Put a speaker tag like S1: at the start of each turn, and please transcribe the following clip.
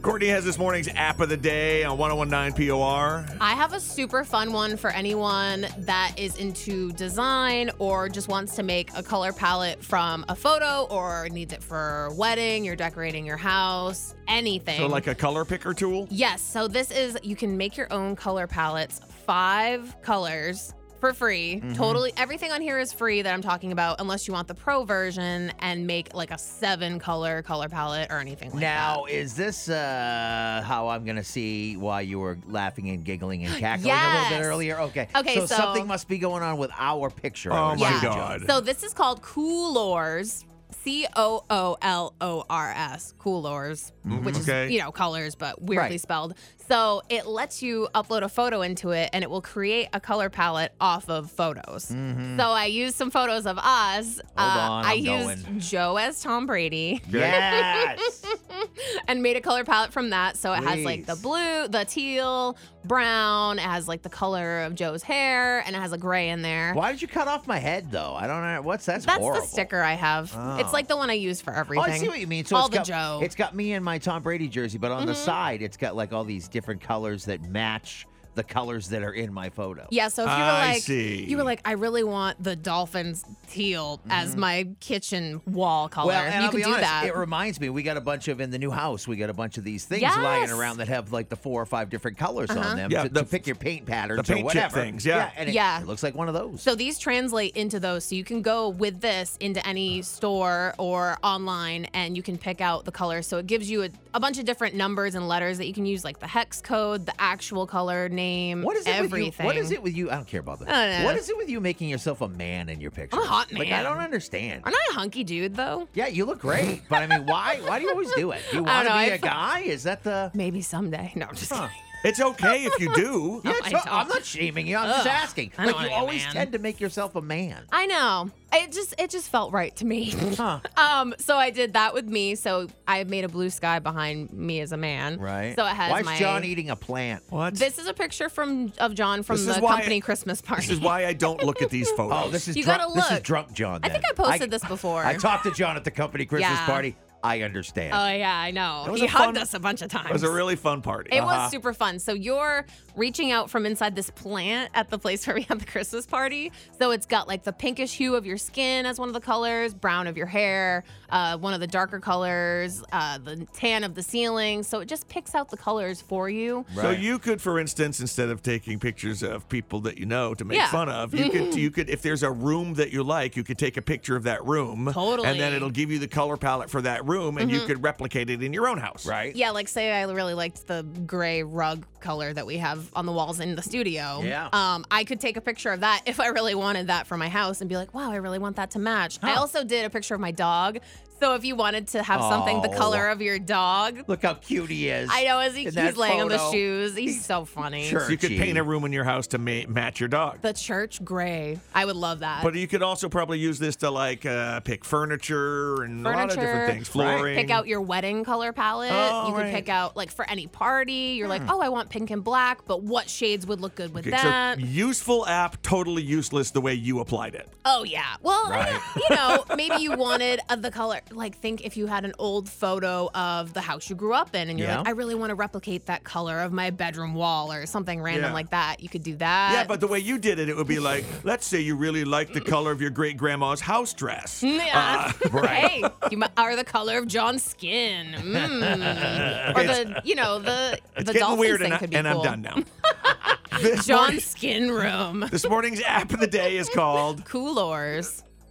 S1: Courtney has this morning's app of the day on 1019 POR.
S2: I have a super fun one for anyone that is into design or just wants to make a color palette from a photo or needs it for a wedding, you're decorating your house, anything.
S1: So, like a color picker tool?
S2: yes, so this is you can make your own color palettes, five colors for free.
S1: Mm-hmm.
S2: Totally everything on here is free that I'm talking about unless you want the pro version and make like a seven color color palette or anything like that.
S3: Now, is this uh, how I'm going to see why you were laughing and giggling and cackling a little
S2: Yes.
S3: bit earlier? Okay.
S2: Okay, so-
S3: something must be going on with our picture. I
S1: Oh
S3: would
S1: my
S3: assume,
S1: God.
S3: Joe.
S2: So this is called Coolors. C O O L O R S, Coolors, which is
S1: Okay.
S2: you know colors but weirdly
S3: Mm-hmm, Right.
S2: spelled. So it lets you upload a photo into it, and it will create a color palette off of photos. So I used some photos of us.
S3: Mm-hmm.
S2: Uh,
S3: on,
S2: I
S3: I'm
S2: used
S3: going.
S2: Joe as Tom Brady
S3: Yes.
S2: and made a color palette from that. So it has like the
S3: Please.
S2: blue, the teal, brown. It has like the color of Joe's hair, and it has a gray in there.
S3: Why did you cut off my head though? I don't know. What's that's,
S2: That's
S3: horrible.
S2: the sticker I have.
S3: Oh.
S2: It's like the one I use for
S3: Oh,
S2: everything.
S3: I see what you mean. So
S2: all
S3: it's
S2: the Mm-hmm.
S3: got,
S2: Joe.
S3: It's got me in my Tom Brady jersey, but on the side, it's got like all these different colors that match the colors that are in my photo.
S2: yeah, so if you were
S1: I
S2: like,
S1: see.
S2: you were like, I really want the dolphins teal as my kitchen wall color.
S3: Mm-hmm. Well, and
S2: you
S3: I'll
S2: could
S3: be
S2: do
S3: honest,
S2: that.
S3: it reminds me. We got a bunch of in the new house. We got a bunch of these things
S2: Yes. Uh-huh.
S3: lying around that have like the four or five different colors on them
S1: Yeah,
S3: to,
S1: the-
S3: to pick your paint patterns
S1: the paint
S3: or
S1: chip
S3: whatever.
S1: things, yeah.
S3: and it,
S2: Yeah.
S3: it looks like one of those.
S2: so these translate into those. So you can go with this into any store or online, and you can pick out the color. So it gives you a, a bunch of different numbers and letters that you can use, like the hex code, the actual color name,
S3: what is it with you?
S2: everything.
S3: What is it with you? I don't care about that.
S2: I don't know.
S3: What is it with you making yourself a man in your picture?
S2: hot
S3: Like I
S2: man.
S3: don't understand.
S2: Aren't I a hunky dude though?
S3: yeah, you look great, but I mean, why? Why do you always do it? Do you
S2: I
S3: want
S2: don't
S3: to be
S2: know,
S3: a
S2: I feel-
S3: guy? Is that the?
S2: Maybe someday. No, I'm just
S3: Huh.
S2: kidding.
S1: It's okay if you do.
S3: Yeah,
S2: I
S3: so- I'm
S2: don't.
S3: not shaming you. I'm just
S2: Ugh.
S3: asking.
S2: I don't
S3: Like
S2: wanna
S3: you
S2: be a
S3: always
S2: man.
S3: tend to make yourself a man.
S2: I know. It just it just felt right to me.
S3: Huh.
S2: um, so I did that with me. So I made a blue sky behind me as a man.
S3: Right.
S2: So it has
S3: Why
S2: my
S3: is John eating a plant?
S1: What?
S2: This is a picture from of John from
S1: This
S2: the
S1: is why-
S2: company Christmas party.
S1: This is why I don't look at these photos.
S3: Oh, this is
S2: You
S3: drunk,
S2: gotta
S3: This is
S2: look.
S3: drunk John.
S2: I think
S3: then.
S2: I posted this before.
S3: I talked to John at the company Christmas
S2: Yeah.
S3: party. I understand.
S2: oh yeah, I know.
S1: That was
S2: He
S1: a
S2: hugged
S1: fun-
S2: us a bunch of times.
S1: It was a really fun party. Uh-huh.
S2: It was super fun. So you're reaching out from inside this plant at the place where we have the Christmas party. So it's got like the pinkish hue of your skin as one of the colors, brown of your hair, uh, one of the darker colors, uh, the tan of the ceiling. So it just picks out the colors for you.
S1: So
S3: Right.
S1: you could, for instance, instead of taking pictures of people that you know to make
S2: Yeah.
S1: fun of, you could you could if there's a room that you like, you could take a picture of that room, and
S2: Totally.
S1: then it'll give you the color palette for that room, and you could replicate it in your own house.
S3: right.
S2: Yeah, like say I really liked the gray rug color that we have on the walls in the studio.
S3: Yeah.
S2: Um, I could take a picture of that if I really wanted that for my house and be like, wow, I really want that to match. I
S3: Huh.
S2: also did a picture of my dog. So if you wanted to have something the
S3: Oh.
S2: color of your dog,
S3: Look how cute he is.
S2: I know as he,
S3: In
S2: he's
S3: that
S2: laying on the
S3: photo.
S2: shoes. He's so funny.
S3: Sure.
S1: So you could
S3: Gee.
S1: paint a room in your house to ma- match your dog.
S2: The church gray. I would love that.
S1: But you could also probably use this to like uh, pick furniture and a lot of different
S2: Furniture,
S1: things,
S3: right.
S1: flooring.
S2: pick out your wedding color palette.
S1: Oh,
S2: you could
S1: right. Hmm.
S2: pick out like for any party. You're like, oh, I want pink and black, but what shades would look good with
S1: Okay,
S2: that?
S1: so useful app, totally useless the way you applied it.
S2: Oh yeah. Well, I
S3: Right.
S2: mean, you know, maybe you wanted uh, the color. Like, think if you had an old photo of the house you grew up in, and you're
S3: Yeah.
S2: like, I really want to replicate that color of my bedroom wall or something random
S1: Yeah.
S2: like that. You could do that.
S1: Yeah, but the way you did it, it would be like, let's say you really like the color of your great grandma's house dress.
S2: Hmm, Mm, Yeah.
S1: uh,
S3: right.
S2: Hey, you mi- are the color of John's skin. Mm. or the, you know, the
S1: It's
S2: the
S1: getting
S2: dolphin
S1: weird,
S2: thing
S1: and, I,
S2: could be
S1: and
S2: cool.
S1: I'm done now. this,
S2: John's
S1: morning-
S2: skin room.
S1: this morning's app of the day is called
S2: Coolors.